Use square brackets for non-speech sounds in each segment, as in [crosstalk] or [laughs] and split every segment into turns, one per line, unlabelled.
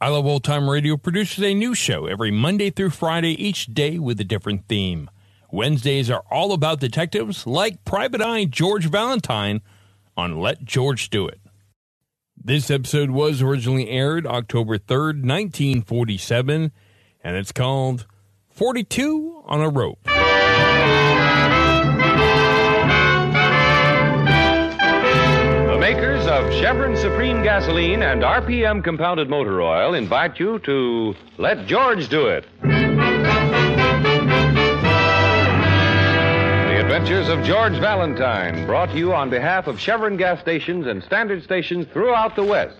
I Love Old Time Radio produces a new show every Monday through Friday, each day with a different theme. Wednesdays are all about detectives like Private Eye George Valentine on Let George Do It. This episode was originally aired October 3rd, 1947, and it's called 42 on a Rope.
The makers of Chevron Supreme Gasoline and RPM Compounded Motor Oil invite you to Let George Do It. The Adventures of George Valentine, brought to you on behalf of Chevron gas stations and standard stations throughout the West.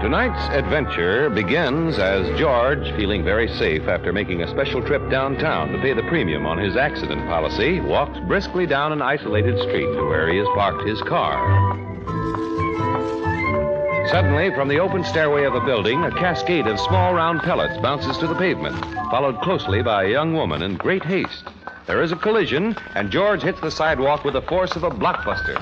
Tonight's adventure begins as George, feeling very safe after making a special trip downtown to pay the premium on his accident policy, walks briskly down an isolated street to where he has parked his car. Suddenly, from the open stairway of a building, a cascade of small round pellets bounces to the pavement, followed closely by a young woman in great haste. There is a collision, and George hits the sidewalk with the force of a blockbuster.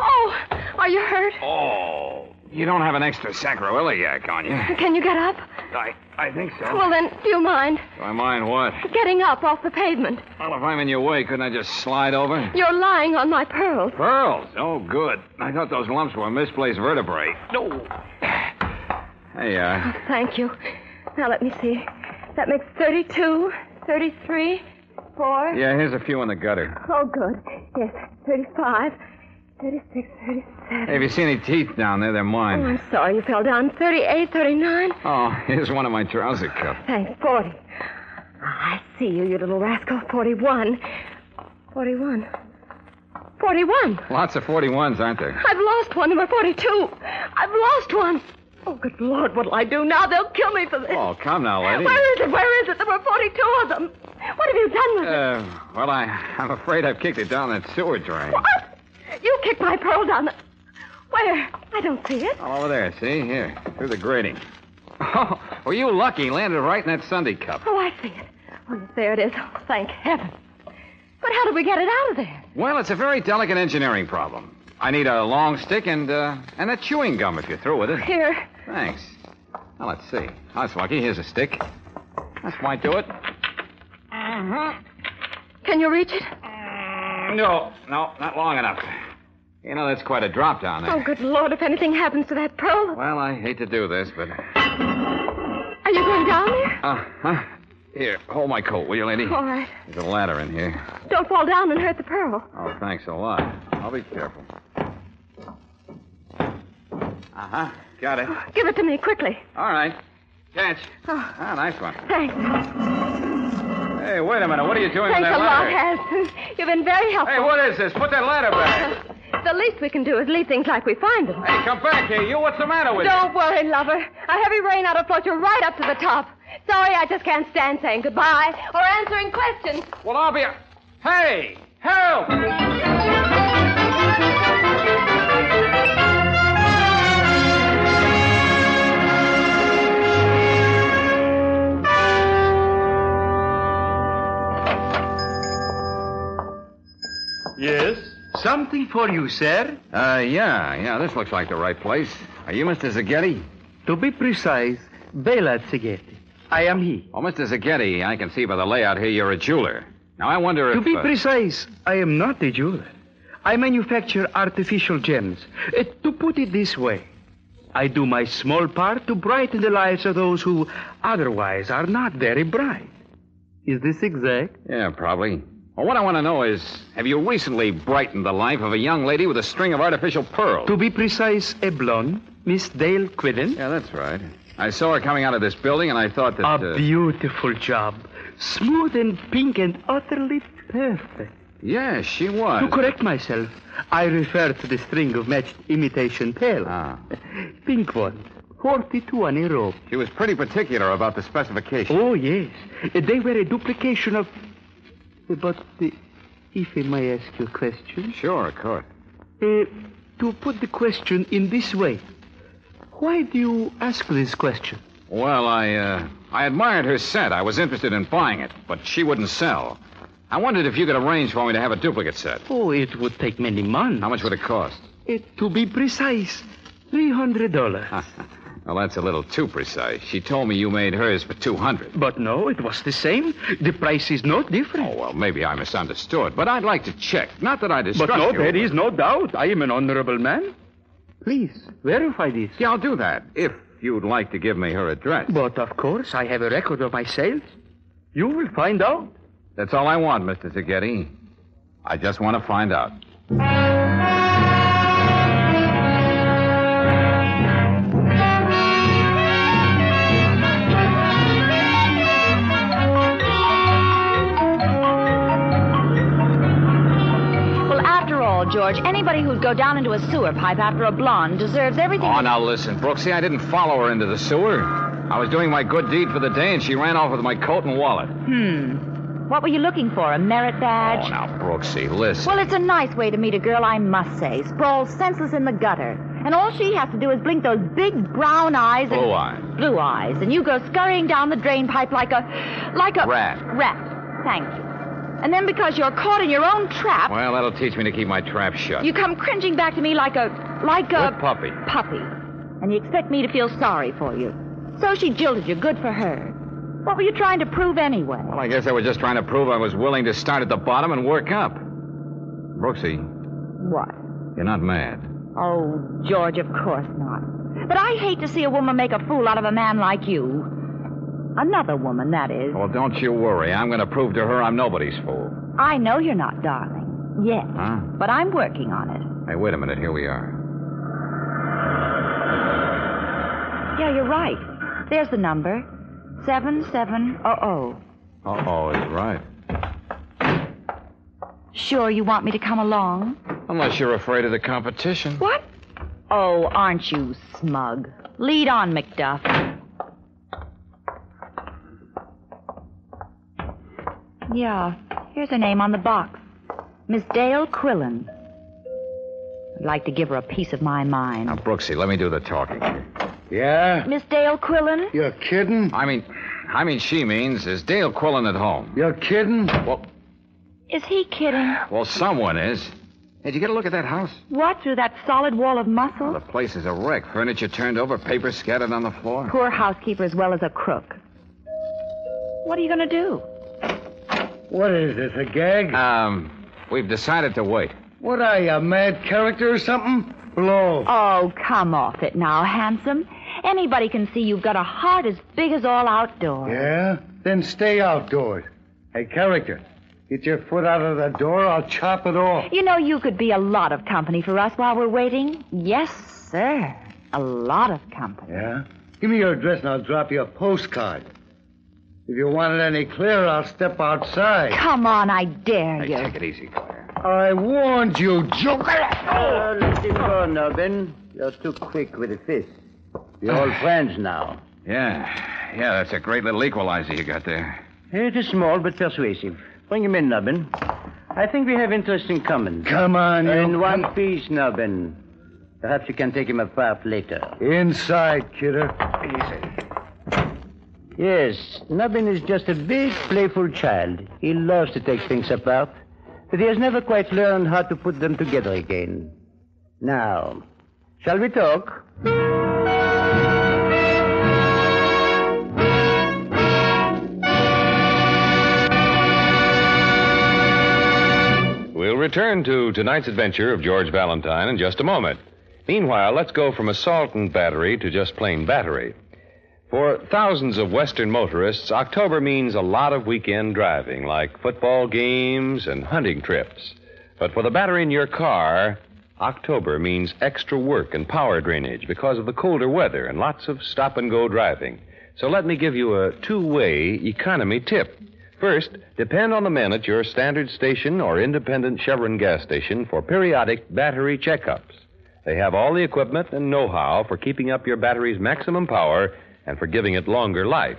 Oh, oh, are you hurt?
Oh, you don't have an extra sacroiliac on you.
Can you get up?
I, I think so.
Well, then, do you mind
Do I mind what?
getting up off the pavement?
Well, if I'm in your way, couldn't I just slide over?
You're lying on my pearls.
Pearls. Oh, good. I thought those lumps were misplaced vertebrae. No. Hey, uh,
Thank you. Now, let me see. That makes 32, 33, 4.
yeah, here's a few in the gutter.
Oh, good. Yes, 35, 36, 37.
Hey, if you see any teeth down there, they're
Oh,
mine.
I'm sorry you fell down. 38, 39.
Oh, here's one of my trouser cuffs.
Thanks, 40. I see you, you little rascal. 41. 41. 41.
Lots of 41s, aren't there?
I've lost one, number 42. I've lost one. Oh, good Lord, what'll I do now? They'll kill me for this.
Oh, come now, lady.
Where is it? Where is it? There were 42 of them. What have you done with it?
Uh, well, I, I'm afraid I've kicked it down that sewer drain.
What? You kicked my pearl down the... Where? I don't see it.
All over there, see? Here, through the grating. [laughs] Oh, were you lucky? Landed right in that Sunday cup.
Oh, I see it. Oh, yes, there it is. Oh, thank heaven. But how did we get it out of there?
Well, it's a very delicate engineering problem. I need a long stick and uh, and a chewing gum if you're through with
[laughs]
it.
Here.
Thanks. Now let's see. That's lucky. Here's a stick. That might do it.
Can you reach it?
No, no, not long enough. You know that's quite a drop down
Oh,
there.
good Lord, if anything happens to that pearl,
Well, I hate to do this, but
are you going down there?
uh huh. Here, hold my coat, will you, lady?
Oh.
All right.
There's a ladder in here.
Don't fall down and hurt the pearl.
Oh, thanks a lot. I'll be careful. Uh huh. Got it.
Give it to me quickly.
All right. Catch. Ah, nice one.
Thanks.
Hey, wait a minute. What are you doing with
Thanks a
that
lot,
ladder?
Harrison. You've been very helpful.
Hey, what is this? Put that
[laughs]
ladder back.
The least we can do is leave things like we find them.
Hey, come back here. You, what's the matter with you?
Don't worry, lover. A heavy rain ought to float you right up to the top. Sorry, I just can't stand saying goodbye or answering questions.
Well, I'll be. Hey! Help!
Yes? Something for you, sir.
Uh, yeah, yeah, this looks like the right place. Are you Mr. Zaghetti?
To be precise, Bela Tsigeti. I am he.
Well, Mr. Zaghetti, I can see by the layout here you're a jeweler. Now, I wonder if.
To be
uh,
precise, I am not a jeweler. I manufacture artificial gems. Uh, to put it this way, I do my small part to brighten the lives of those who otherwise are not very bright. Is this exact?
Yeah, probably. Well, what I want to know is have you recently brightened the life of a young lady with a string of artificial pearls?
To be precise, a blonde, Miss Dale Quillen.
Yeah, that's right. I saw her coming out of this building, and I thought that.
A
uh,
beautiful job. Smooth and pink and utterly perfect.
yeah, she was.
To correct myself, I refer to the string of matched imitation pearls.
Ah.
[laughs] Pink ones. 42 on a row.
She was pretty particular about the specification.
Oh, yes. They were a duplication of... But uh, if I may ask you a question...
Sure, of course.
Uh, to put the question in this way, why do you ask this question?
Well, I uh, I admired her set. I was interested in buying it, but she wouldn't sell. I wondered if you could arrange for me to have a duplicate set.
Oh, it would take many months.
How much would it cost?
Uh, to be precise, $300.
Well, that's a little too precise. She told me you made hers for two hundred.
But no, it was the same. The price is no different.
Oh well, maybe I misunderstood, but I'd like to check. Not that I distrust
but no,
you.
there is no doubt. I am an honorable man. Please, verify this.
Yeah, I'll do that if you'd like to give me her address.
But of course, I have a record of my sales. You will find out.
That's all I want, Mr. Zaghetti. I just want to find out.
Well, after all, George, anybody who'd go down into a sewer pipe after a blonde deserves everything.
Oh, now listen, Brooksy, I didn't follow her into the sewer. I was doing my good deed for the day, and she ran off with my coat and wallet.
What were you looking for? A merit badge?
Oh, now, Brooksy, listen.
Well, it's a nice way to meet a girl, I must say. Sprawled senseless in the gutter. And all she has to do is blink those big brown eyes and
Blue eyes.
blue eyes, and you go scurrying down the drain pipe like a like a
Rat.
Rat. Thank you. And then because you're caught in your own trap,
Well, that'll teach me to keep my trap shut.
you come cringing back to me like a like a
Good puppy.
puppy. And you expect me to feel sorry for you. So she jilted you. Good for her. What were you trying to prove anyway?
Well, I guess I was just trying to prove I was willing to start at the bottom and work up. Brooksy,
What?
you're not mad.
Oh, George, of course not. But I hate to see a woman make a fool out of a man like you. Another woman, that is.
Well, don't you worry. I'm going to prove to her I'm nobody's fool.
I know you're not, darling. Yet.
Huh?
But I'm working on it.
Hey, wait a minute. Here we are.
Yeah, you're right. There's the number. 7700.
Uh oh, it's right.
Sure you want me to come along?
Unless you're afraid of the competition.
What? Oh, aren't you smug? Lead on, Macduff. Yeah, here's her name on the box Miss Dale Quillen. I'd like to give her a piece of my
Now,
mind.
Brooksy, let me do the talking here.
Yeah?
Miss Dale Quillen?
You're kidding?
I mean, I mean, she means, is Dale Quillen at home?
You're kidding?
Well,
Is he kidding?
well, someone is. Hey, did you get a look at that house?
What, through that solid wall of
The
muscle?
place is a wreck. Furniture turned over, papers scattered on the floor.
Poor housekeeper as well as a crook. What are you going to do?
What is this, a
[laughs]
gag?
Um, we've decided to wait.
What are you, a mad character or something? Blow.
Oh, come off it now, handsome. Anybody can see you've got a heart as big as all outdoors.
Yeah?
Then stay outdoors. Hey, character, get your foot out of the door, I'll chop it off.
You know, you could be a lot of company for us while we're waiting. Yes, sir. A lot of company.
Yeah? Give me your address and I'll drop you a postcard. If you want it any clearer, I'll step outside.
Come on, I dare you.
Take it easy, Claire.
I warned you, joker!
Oh, let him go, Nubbin. You're too quick with the fist. You're old friends now.
Yeah. Yeah, that's a great little equalizer you got there.
It is small but persuasive. Bring him in, Nubbin. I think we have interest in common.
Come on, you.
In one piece, Nubbin. Perhaps you can take him apart later.
Inside, kidder.
Yes, Nubbin is just a big, playful child. He loves to take things apart, but he has never quite learned how to put them together again. Now, shall we talk?
We'll return to tonight's adventure of George Valentine in just a moment. Meanwhile, let's go from assault and battery to just plain battery. For thousands of Western motorists, October means a lot of weekend driving, like football games and hunting trips. But for the battery in your car, October means extra work and power drainage because of the colder weather and lots of stop and go driving. So let me give you a two way economy tip. First, depend on the men at your standard station or independent Chevron gas station for periodic battery checkups. They have all the equipment and know how for keeping up your battery's maximum power and for giving it longer life.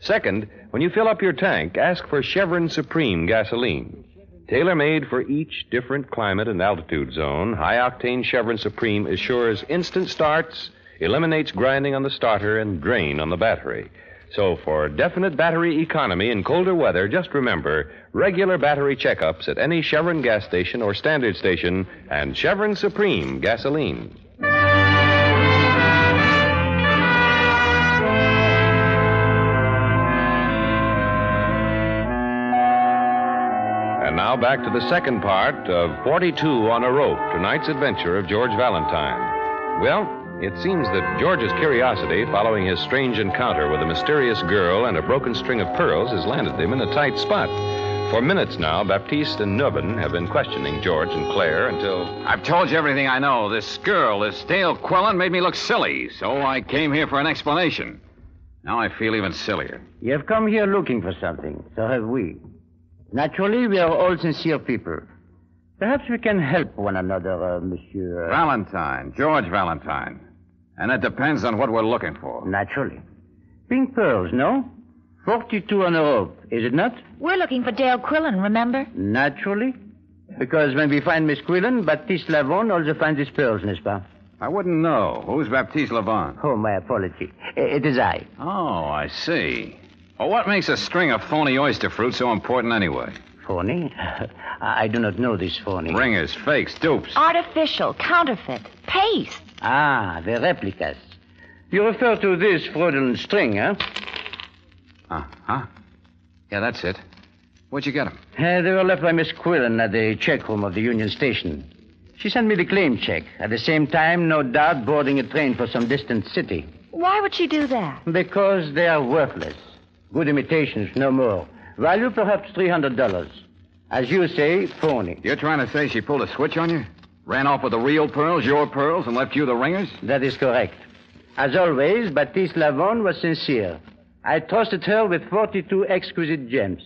Second, when you fill up your tank, ask for Chevron Supreme gasoline. Tailor made for each different climate and altitude zone, high octane Chevron Supreme assures instant starts, eliminates grinding on the starter, and drain on the battery. So, for definite battery economy in colder weather, just remember regular battery checkups at any Chevron gas station or standard station and Chevron Supreme gasoline. And now back to the second part of 42 on a Rope, tonight's adventure of George Valentine. Well, it seems that George's curiosity following his strange encounter with a mysterious girl and a broken string of pearls has landed him in a tight spot. For minutes now, Baptiste and Nubbin have been questioning George and Claire until.
I've told you everything I know. This girl, this Dale Quillen, made me look silly, so I came here for an explanation. Now I feel even sillier.
You have come here looking for something, so have we. Naturally, we are all sincere people. Perhaps we can help one another, uh, Monsieur.
Valentine, George Valentine. And it depends on what we're looking for.
Naturally. Pink pearls, no? 42 on a rope, is it not?
We're looking for Dale Quillen, remember?
Naturally. Because when we find Miss Quillen, Baptiste Lavon also finds his pearls, n'est-ce pas?
I wouldn't know. Who's Baptiste Levon?
Oh, my apology. I- It is I.
Oh, I see. Well, what makes a string of phony oyster fruit so important anyway?
Phony? [laughs] I I do not know this phony.
Ringers, fakes, dupes.
Artificial, counterfeit, paste.
Ah, the replicas. You refer to this fraudulent string, huh?
Uh huh. Yeah, that's it. Where'd you get them?
Uh, they were left by Miss Quillen at the check room of the Union Station. She sent me the claim check, at the same time, no doubt, boarding a train for some distant city.
Why would she do that?
Because they are worthless. Good imitations, no more. Value perhaps $300. As you say, phony.
You're trying to say she pulled a switch on you? Ran off with the real pearls, your pearls, and left you the ringers?
That is correct. As always, Baptiste Lavon was sincere. I trusted her with 42 exquisite gems.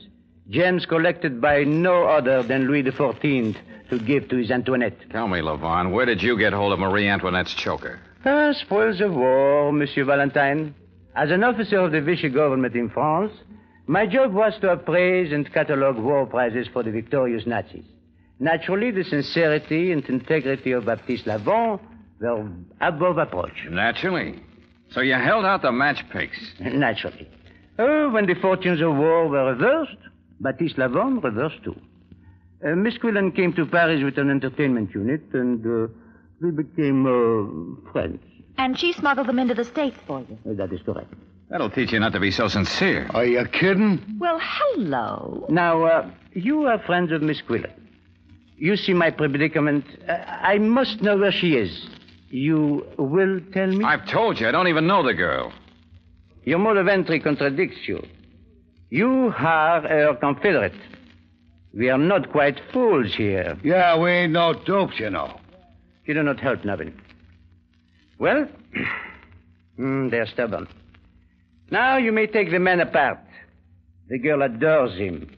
Gems collected by no other than Louis XIV to give to his Antoinette.
Tell me, Levon, where did you get hold of Marie Antoinette's choker?
Ah, spoils of war, Monsieur Valentine. As an officer of the Vichy government in France, my job was to appraise and catalog war prizes for the victorious Nazis. Naturally, the sincerity and integrity of Baptiste Lavon were above approach.
Naturally. So you held out the match picks.
Naturally. Oh, when the fortunes of war were reversed, Baptiste Lavon reversed too. Uh, Miss Quillen came to Paris with an entertainment unit, and uh, we became uh, friends.
And she smuggled them into the States for you.
Uh, That is correct.
That'll teach you not to be so sincere.
Are you kidding?
Well, hello.
Now, uh, you are friends of Miss Quillen. You see my predicament. Uh, I must know where she is. You will tell me?
I've told you, I don't even know the girl.
Your mode of entry contradicts you. You are her confederate. We are not quite fools here. Yeah, we ain't no dupes, you know. You do not help nothing. Well, [clears throat] hmm, they're stubborn. Now you may take the man apart. The girl adores him.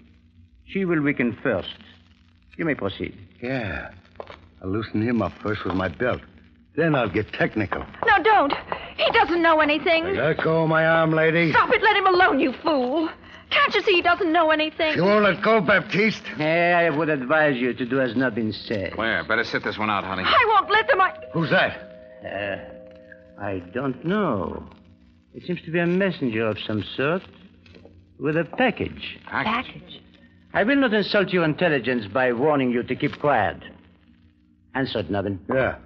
She will weaken first. You may proceed.
Yeah. I'll loosen him up first with my belt. Then I'll get technical.
No, don't. He doesn't know anything.
Let go of my arm, lady.
Stop it. Let him alone, you fool. Can't you see he doesn't know anything?
let go, Baptiste? I would advise you to do as not been said.
Claire, better sit this one out, honey.
I won't let them. I...
Who's that? Uh, I don't know. It seems to be a messenger of some sort with a package.
Package?
I will not insult your intelligence by warning you to keep quiet. Answer it, Nubbin. Yeah.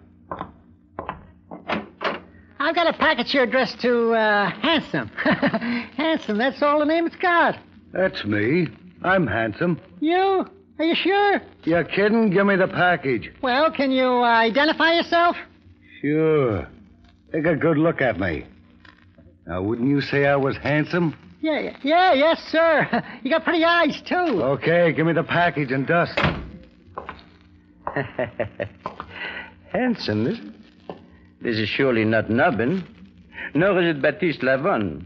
I've got a package here addressed to uh, Handsome. [laughs] Handsome, that's all the name it's got.
That's me. I'm handsome.
You? Are you sure?
You kidding? Give me the package.
Well, can you uh, identify yourself?
Sure. Take a good look at me. Now, wouldn't you say I was handsome?
Yeah, yeah, yeah yes, sir. [laughs] you got pretty eyes, too.
Okay, give me the package
[laughs]
and dust.
Handsome, is it? This is surely not Nubbin, nor is it Baptiste Lavon.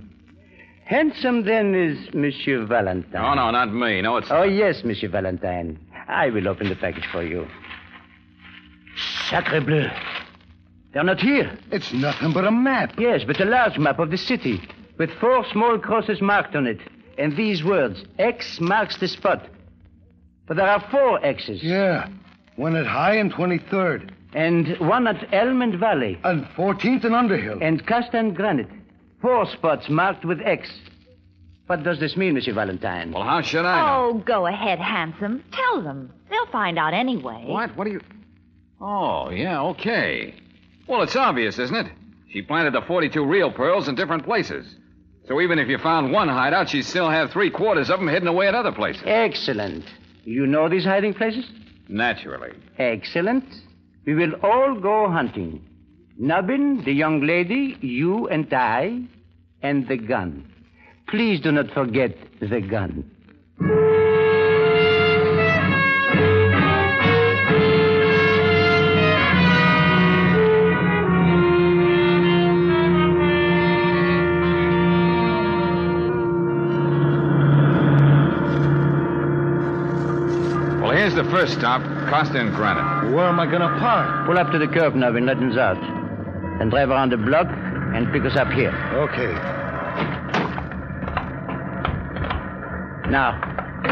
Handsome, then, is Monsieur Valentine.
No, no, not me. No, it's.
Oh, yes, Monsieur Valentine. I will open the package for you. Sacre bleu. They're not here. It's nothing but a map. Yes, but a large map of the city with four small crosses marked on it. And these words X marks the spot. But there are four X's. Yeah. One at High and 23rd. And one at Elm and Valley. And 14th and Underhill. And Cast and Granite. Four spots marked with X. What does this mean, Monsieur Valentine? Well,
how should
Oh, go ahead, handsome. Tell them. They'll find out anyway.
What? What are you. Oh, yeah, okay. Well, it's obvious, isn't it? She planted the 42 real pearls in different places. So even if you found one hideout, she still had three quarters of them hidden away at other places.
Excellent. You know these hiding places?
Naturally.
Excellent. We will all go hunting. Nubbin, the young lady, you and I, and the gun. Please do not forget the gun.
Well, here's the first stop Costa and Granite.
Where am I going to park? Pull up to the curb, Nubbin. Let us out. Then drive around the block and pick us up here. Okay. Now,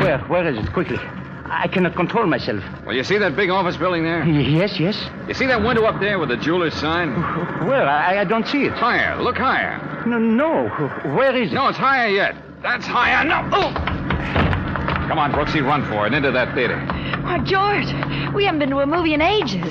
where? Where is it? Quickly. I cannot control myself.
Well, you see that big office building there?
Yes, yes.
You see that window up there with the jeweler's sign?
Where? I, I don't see it.
Higher. Look higher.
No, no. Where is it?
No, it's higher yet. That's higher. No. Oh! Come on, Brooksy, run for it and into that theater.
Why, George, we haven't been to a movie in
[laughs]
ages.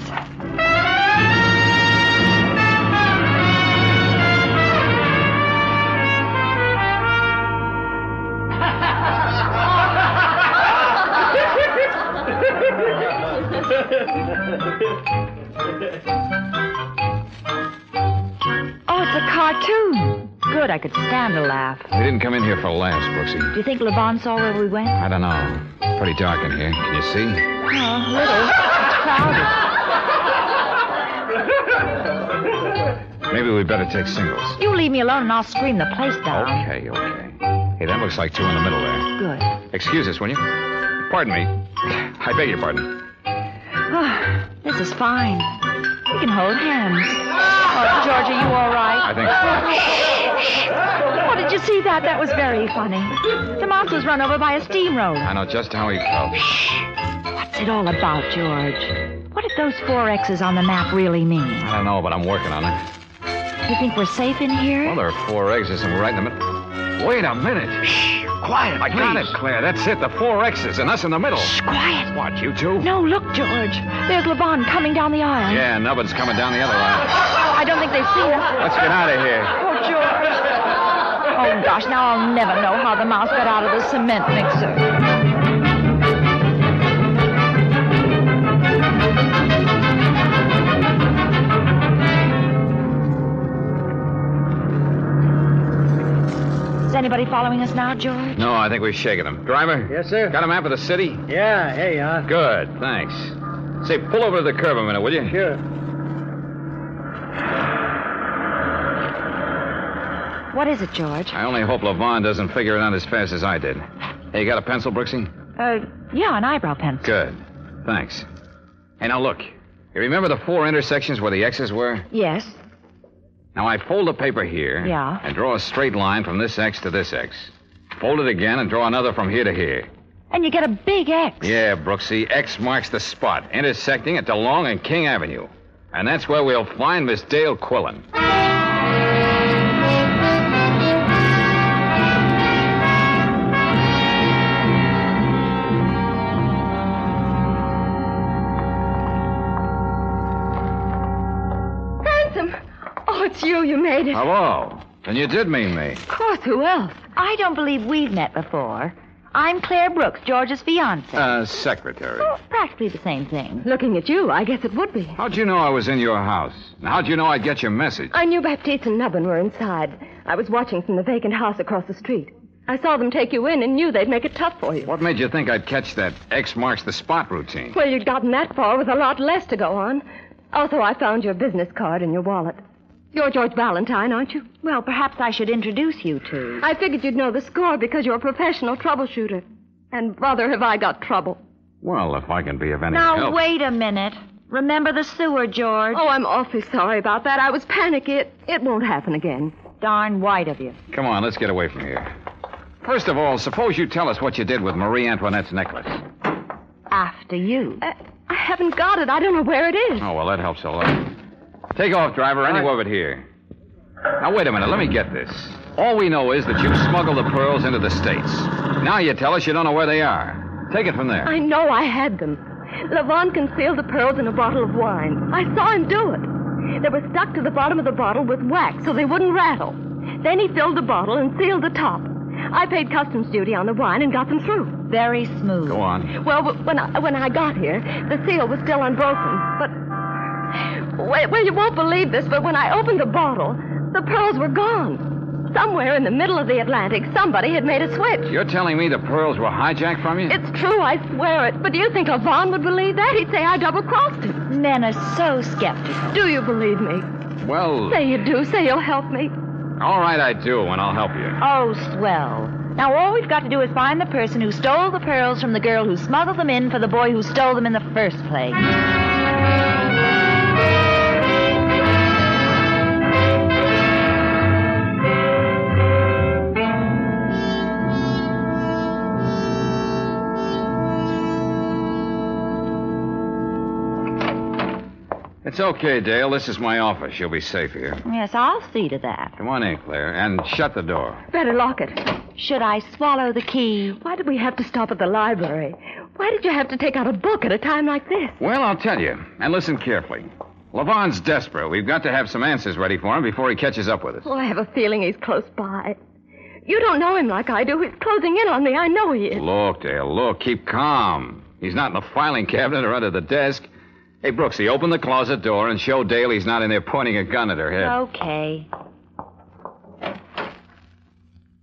Oh, it's a cartoon. Good, I could stand a laugh.
We didn't come in here for laughs, Brooksy.
Do you think Levon saw where we went?
I don't know. Pretty dark in here. Can you see?
Oh, a little. It's crowded.
Maybe we better take singles.
You leave me alone and I'll scream the place down.
Okay, okay. Hey, that looks like two in the middle there.
Good.
Excuse us, will you? Pardon me. [sighs] I beg your pardon.
Ah, this is fine. We can hold hands. Oh, George, are you all right?
I think so.
Oh, did you see that? That was very funny. Tomas was run over by a steamroller.
I know just how he felt.
What's it all about, George? What did those four X's on the map really mean?
I don't know, but I'm working on it.
You think we're safe in here?
Well, there are four exits, and we're right in the middle. Wait a minute. Shh. Quiet. I got it, Claire. That's it. The four X's and us in the middle. Shh,
quiet.
What, you two?
No, look, George. There's Lebon coming down the aisle.
Yeah, Nubbin's coming down the other line.
Oh, I don't think they've seen us.
Let's get out of here.
Oh, George. Oh, gosh, now I'll never know how the mouse got out of the cement mixer. Is anybody following us now, George?
No, I think we've shaken them. Driver? Yes, sir. Got a map of the city? Yeah, here you
uh,
are. Good, thanks. Say, pull over to the curb a minute, will you? Sure.
What is it, George?
I only hope Levon doesn't figure it out as fast as I did. Hey, you got a pencil, Brooksy?
Uh, yeah, an eyebrow pencil.
Good. Thanks. Hey, now look. You remember the four intersections where the X's were?
Yes.
Now I fold the paper here.
Yeah.
And draw a straight line from this X to this X. Fold it again and draw another from here to here.
And you get a big X.
Yeah, Brooksy. X marks the spot, intersecting at DeLong and King Avenue. And that's where we'll find Miss Dale Quillen.
Handsome! Oh, it's you. You made it.
Hello. Then you did mean me.
Of course, who else? I don't believe we've met before. I'm Claire Brooks, George's fiance.
Uh, secretary.
Practically the same thing.
Oh. Looking at you, I guess it would be.
How'd you know I was in your house? And how'd you know I'd get your message?
I knew Baptiste and Nubbin were inside. I was watching from the vacant house across the street. I saw them take you in and knew they'd make it tough for you.
What made you think I'd catch that X marks the spot routine?
Well, you'd gotten that far with a lot less to go on. Also, I found your business card in your wallet. You're George Valentine, aren't you?
Well, perhaps I should introduce you to.
I figured you'd know the score because you're a professional troubleshooter. And brother, have I got trouble.
Well, if I can be of any
now,
help.
wait a minute. Remember the sewer, George.
Oh, I'm awfully sorry about that. I was panicky. It, it won't happen again.
Darn white of you.
Come on, let's get away from here. First of all, suppose you tell us what you did with Marie Antoinette's necklace.
After you.
I haven't got it. I don't know where it is.
Oh, well, that helps a lot. Take off, driver, any of it here. Now, wait a minute. Let me get this. All we know is that you smuggled the pearls into the States. Now you tell us you don't know where they are. Take it from there.
I know I had them. Levon concealed the pearls in a bottle of wine. I saw him do it. They were stuck to the bottom of the bottle with wax so they wouldn't rattle. Then he filled the bottle and sealed the top. I paid customs duty on the wine and got them through.
Very smooth.
Go on.
Well, w- when I, when I got here, the seal was still unbroken. But, well, well, you won't believe this, but when I opened the bottle, the pearls were gone. Somewhere in the middle of the Atlantic, somebody had made a switch.
You're telling me the pearls were hijacked from you?
It's true, Oh, I swear it. But do you think Levon would believe that? He'd say I double crossed him.
Men are so skeptical.
Do you believe me?
Well,
Say you do. Say you'll help me.
all right, I do, and I'll help you.
Oh, swell. Now, all we've got to do is find the person who stole the pearls from the girl who smuggled them in for the boy who stole them in the first place.
It's okay, Dale. This is my office. You'll be safe here.
Yes, I'll see to that.
Come on in, Claire, and shut the door.
Better lock it.
Should I swallow the key?
Why did we have to stop at the library? Why did you have to take out a book at a time like this?
Well, I'll tell you. And listen carefully. Levon's desperate. We've got to have some answers ready for him before he catches up with us.
Oh, I have a feeling he's close by. You don't know him like I do. He's closing in on me. I know he is.
Look, Dale, look. Keep calm. He's not in the filing cabinet or under the desk. Hey, Brooksy, open the closet door and show Dale he's not in there pointing a gun at her head.
Okay.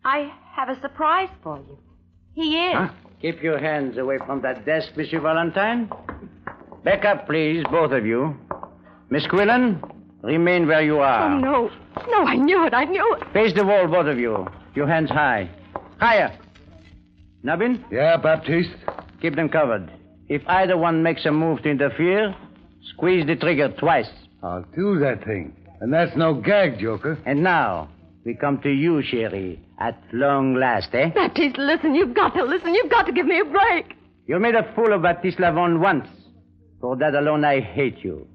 I have a surprise for you. He is.
Keep your hands away from that desk, Monsieur Valentine. Back up, please, both of you. Miss Quillan, remain where you are.
Oh, no. No, I knew it. I knew it.
Face the wall, both of you. Your hands high. Higher. Nubbin?
Yeah, Baptiste?
Keep them covered. If either one makes a move to interfere, squeeze the trigger twice.
I'll do that thing. And that's no gag, Joker.
And now, we come to you, Sherry, at long last, eh?
Baptiste, listen. You've got to listen. You've got to give me a break.
You made a fool of Baptiste Lavon once. For that alone, I hate you.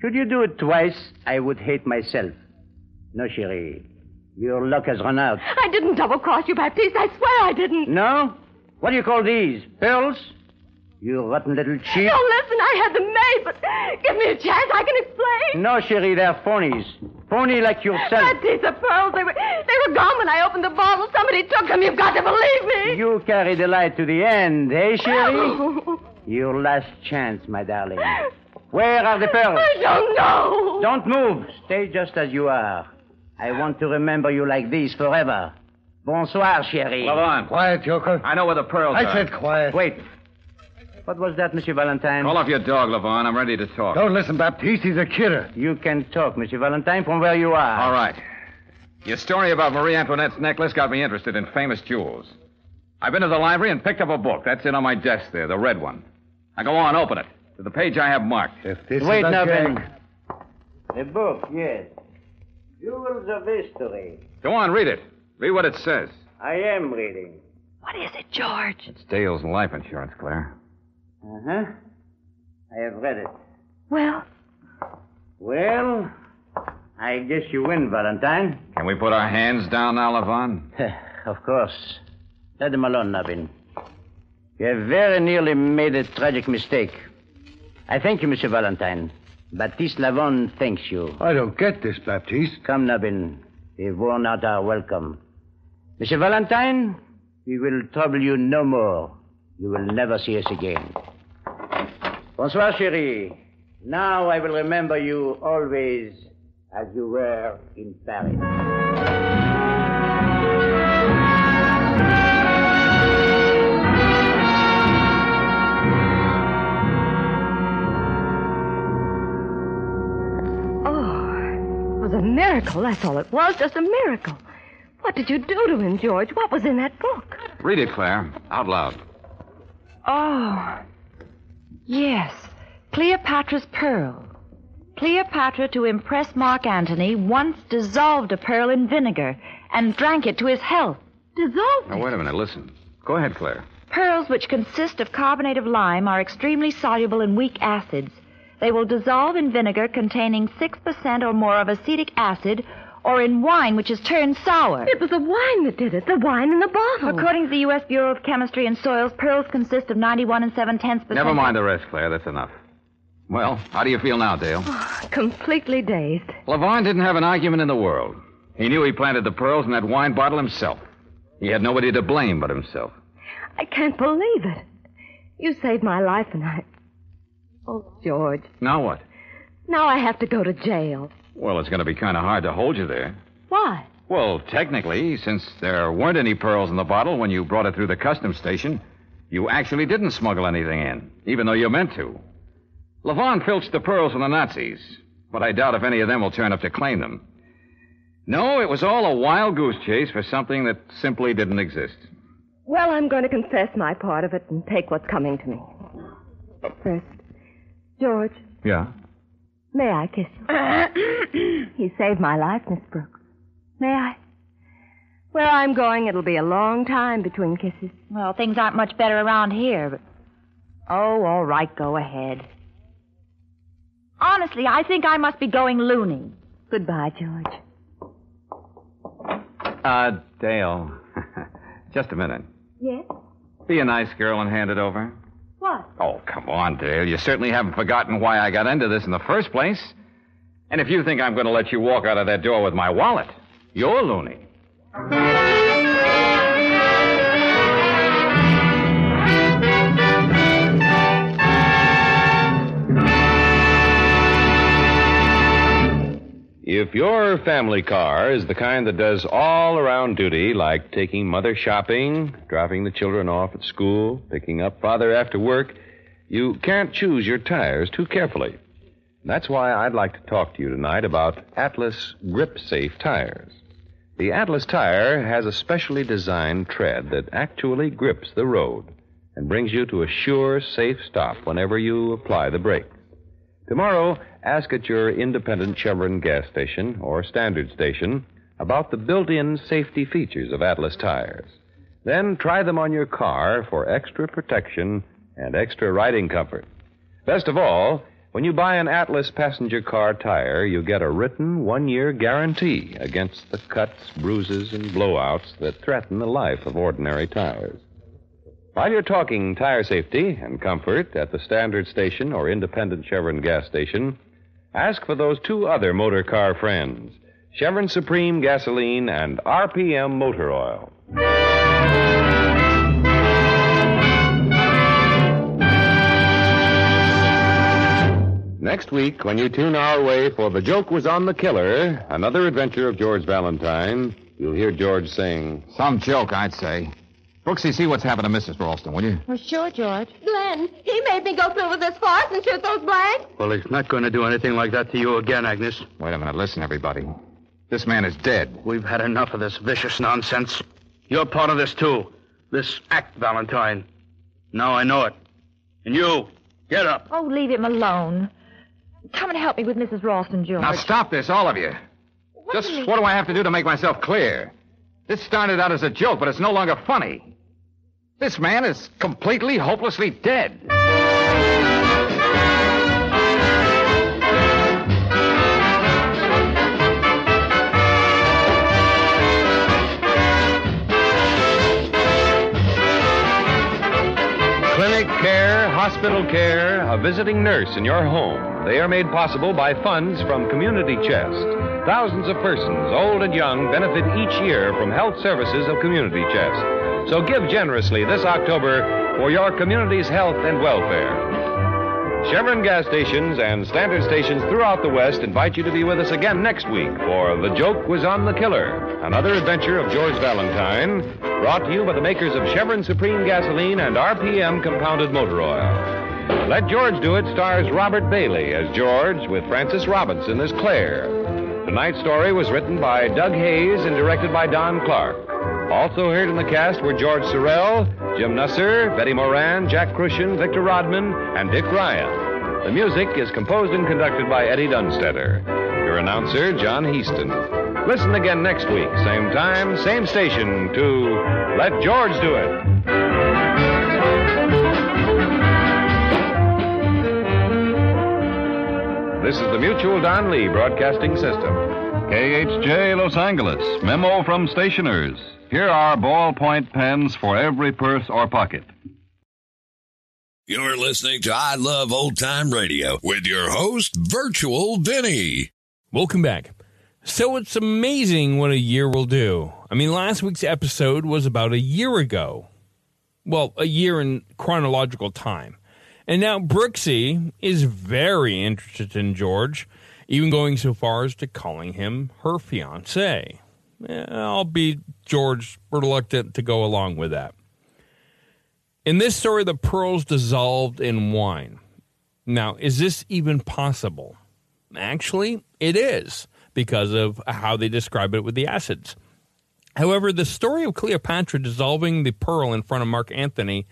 Should you do it twice, I would hate myself. No, chérie. Your luck has run out.
I didn't double cross you, Baptiste. I swear I didn't.
No? What do you call these? Pearls? You rotten little cheat.
No, listen. I had them made, but give me a chance. I can explain.
No, chérie, they're phonies. Phony
[laughs]
like yourself.
Baptiste, the pearls, they were, they were gone when I opened the bottle. Somebody took them. You've got to believe me.
You carry the light to the end, eh,
[laughs] Oh.
chérie? Your last chance, my darling. Where are the
[laughs]
pearls?
I don't know.
Don't move. Stay just as you are. I want to remember you like this forever. Bonsoir, chérie.
Lavon.
Quiet, Joker.
I know where the pearls
I
are.
said quiet.
Wait. What was that, Monsieur Valentine?
Call off your dog, Lavon. I'm ready to talk.
Don't listen, Baptiste. He's a kidder.
You can talk, Monsieur Valentine, from where you are.
All right. Your story about Marie Antoinette's necklace got me interested in famous jewels. I've been to the library and picked up a book. That's it on my desk there, the red one. Now go on, open it. To the page I have marked.
If
this Wait is a now, Ben. A book, yes. Jewels of History.
Go on, read it. Read what it says.
I am reading.
What is it, George?
It's Dale's life insurance, Claire.
Uh huh. I have read it.
Well,
Well, I guess you win, Valentine.
Can we put our hands down now, Lavon?
Eh, of course. Let him alone, Nubbin. You have very nearly made a tragic mistake. I thank you, Monsieur Valentine. Baptiste Lavon thanks you.
I don't get this, Baptiste.
Come, Nubbin. We've worn out our welcome. Monsieur Valentine, we will trouble you no more. You will never see us again. Bonsoir, chérie. Now I will remember you always as you were in Paris.
It was a miracle, that's all it was, just a miracle. What did you do to him, George? What was in that book?
Read it, Claire, out loud.
Oh, yes. Cleopatra's Pearl. Cleopatra, to impress Mark Antony, once dissolved a pearl in vinegar and drank it to his health. Dissolved?
Now, wait a minute. Listen. Go ahead, Claire.
Pearls, which consist of carbonate of lime, are extremely soluble in weak acids. They will dissolve in vinegar containing 6% or more of acetic acid or in wine which is turned sour. It
was the wine that did it, the wine in the bottle.
According to the U.S. Bureau of Chemistry and Soils, pearls consist of 91 and 7 tenths percent.
Never mind the rest, Claire. That's enough. Well, how do you feel now, Dale?
Completely dazed.
Lavon didn't have an argument in the world. He knew he planted the pearls in that wine bottle himself. He had nobody to blame but himself.
I can't believe it. You saved my life, and I. Oh, George.
Now what?
Now I have to go to jail.
Well, it's going to be kind of hard to hold you there.
Why?
Well, technically, since there weren't any pearls in the bottle when you brought it through the customs station, you actually didn't smuggle anything in, even though you meant to. Levon filched the pearls from the Nazis, but I doubt if any of them will turn up to claim them. No, it was all a wild goose chase for something that simply didn't exist.
Well, I'm going to confess my part of it and take what's coming to me. But first, George,
Yeah.
may I kiss [coughs] you? he saved my life, Miss Brooks. May I? Where I'm going, it'll be a long time between kisses.
Well, things aren't much better around here, but. Oh, all right, go ahead. Honestly, I think I must be going loony.
Goodbye, George.
Uh, Dale. [laughs] Just a minute.
Yes?
Be a nice girl and hand it over.
What?
Oh, come on, Dale. You certainly haven't forgotten why I got into this in the first place. And if you think I'm going to let you walk out of that door with my wallet, you're loony.
If your family car is the kind that does all around duty, like taking mother shopping, dropping the children off at school, picking up father after work, you can't choose your tires too carefully. That's why I'd like to talk to you tonight about Atlas Grip Safe tires. The Atlas tire has a specially designed tread that actually grips the road and brings you to a sure, safe stop whenever you apply the brake. Tomorrow, ask at your independent Chevron gas station or standard station about the built in safety features of Atlas tires. Then try them on your car for extra protection and extra riding comfort. Best of all, when you buy an Atlas passenger car tire, you get a written one year guarantee against the cuts, bruises, and blowouts that threaten the life of ordinary tires. While you're talking tire safety and comfort at the standard station or independent Chevron gas station, ask for those two other motor car friends Chevron Supreme Gasoline and RPM Motor Oil. Next week, when you tune our way for The Joke Was on the Killer, another adventure of George Valentine,
You'll hear George saying,
Some joke, I'd say. Brooksy, see what's happened to Mrs. Ralston, will you?
Oh,
Well, sure, George.
Glenn, he made me go through with this farce and shoot those blanks.
Well, he's not going to do anything like that to you again, Agnes.
Wait a minute. Listen, everybody. This man is dead.
We've had enough of this vicious nonsense. You're part of this, too. This act, Valentine. Now I know it. And you, get up.
Oh, leave him alone. Come and help me with Mrs. Ralston, George.
Now stop this, all of you. Just what do I have to do to make myself clear? This started out as a joke, but it's no longer funny. This man is completely, hopelessly dead.
Clinic care, hospital care, a visiting nurse in your home. They are made possible by funds from Community Chest. Thousands of persons, old and young, benefit each year from health services of Community Chest. So give generously this October for your community's health and welfare. Chevron gas stations and standard stations throughout the West invite you to be with us again next week for The Joke Was on the Killer, another adventure of George Valentine, brought to you by the makers of Chevron Supreme Gasoline and RPM Compounded Motor Oil. Let George Do It stars Robert Bailey as George with Francis Robinson as Claire. Tonight's story was written by Doug Hayes and directed by Don Clark. Also heard in the cast were George Sorrell, Jim Nusser, Betty Moran, Jack Crucian, Victor Rodman, and Dick Ryan. The music is composed and conducted by Eddie Dunstetter. Your announcer, John Heaston. Listen again next week, same time, same station, to Let George Do It. This is the Mutual Don Lee Broadcasting System.
KHJ Los Angeles, memo from stationers. Here are ballpoint pens for every purse or pocket.
You're listening to I Love Old Time Radio with your host, Virtual Vinny.
Welcome back. So it's amazing what a year will do. I mean, last week's episode was about a year ago. Well, a year in chronological time. And now Brooksy is very interested in George, even going so far as to calling him her fiance. Eh, Albeit George reluctant to go along with that. In this story, the pearls dissolved in wine. Now, is this even possible? Actually, it is because of how they describe it with the acids. However, the story of Cleopatra dissolving the pearl in front of Mark Anthony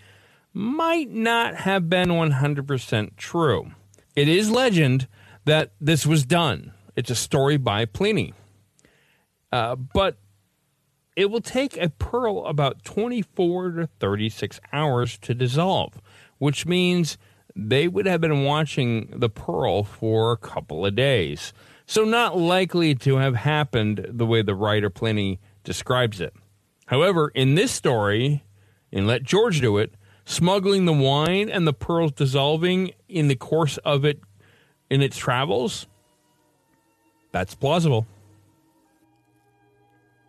might not have been 100% true. It is legend that this was done. It's a story by Pliny. Uh, but it will take a pearl about 24 to 36 hours to dissolve, which means they would have been watching the pearl for a couple of days. So, not likely to have happened the way the writer Pliny describes it. However, in this story, in Let George Do It, smuggling the wine and the pearls dissolving in the course of it in its travels, that's plausible.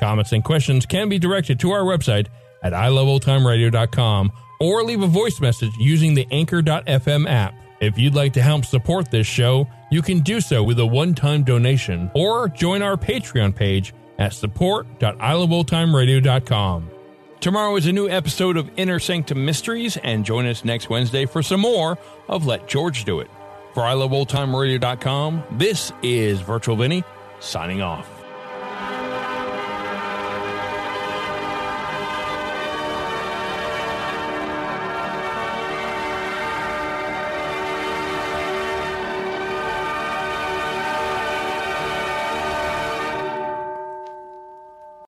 Comments and questions can be directed to our website at iloveoldtimeradio.com or leave a voice message using the anchor.fm app. If you'd like to help support this show, you can do so with a one-time donation or join our Patreon page at support.iloveoldtimeradio.com. Tomorrow is a new episode of Inner Sanctum Mysteries and join us next Wednesday for some more of Let George Do It. For iloveoldtimeradio.com, this is Virtual Vinny signing off.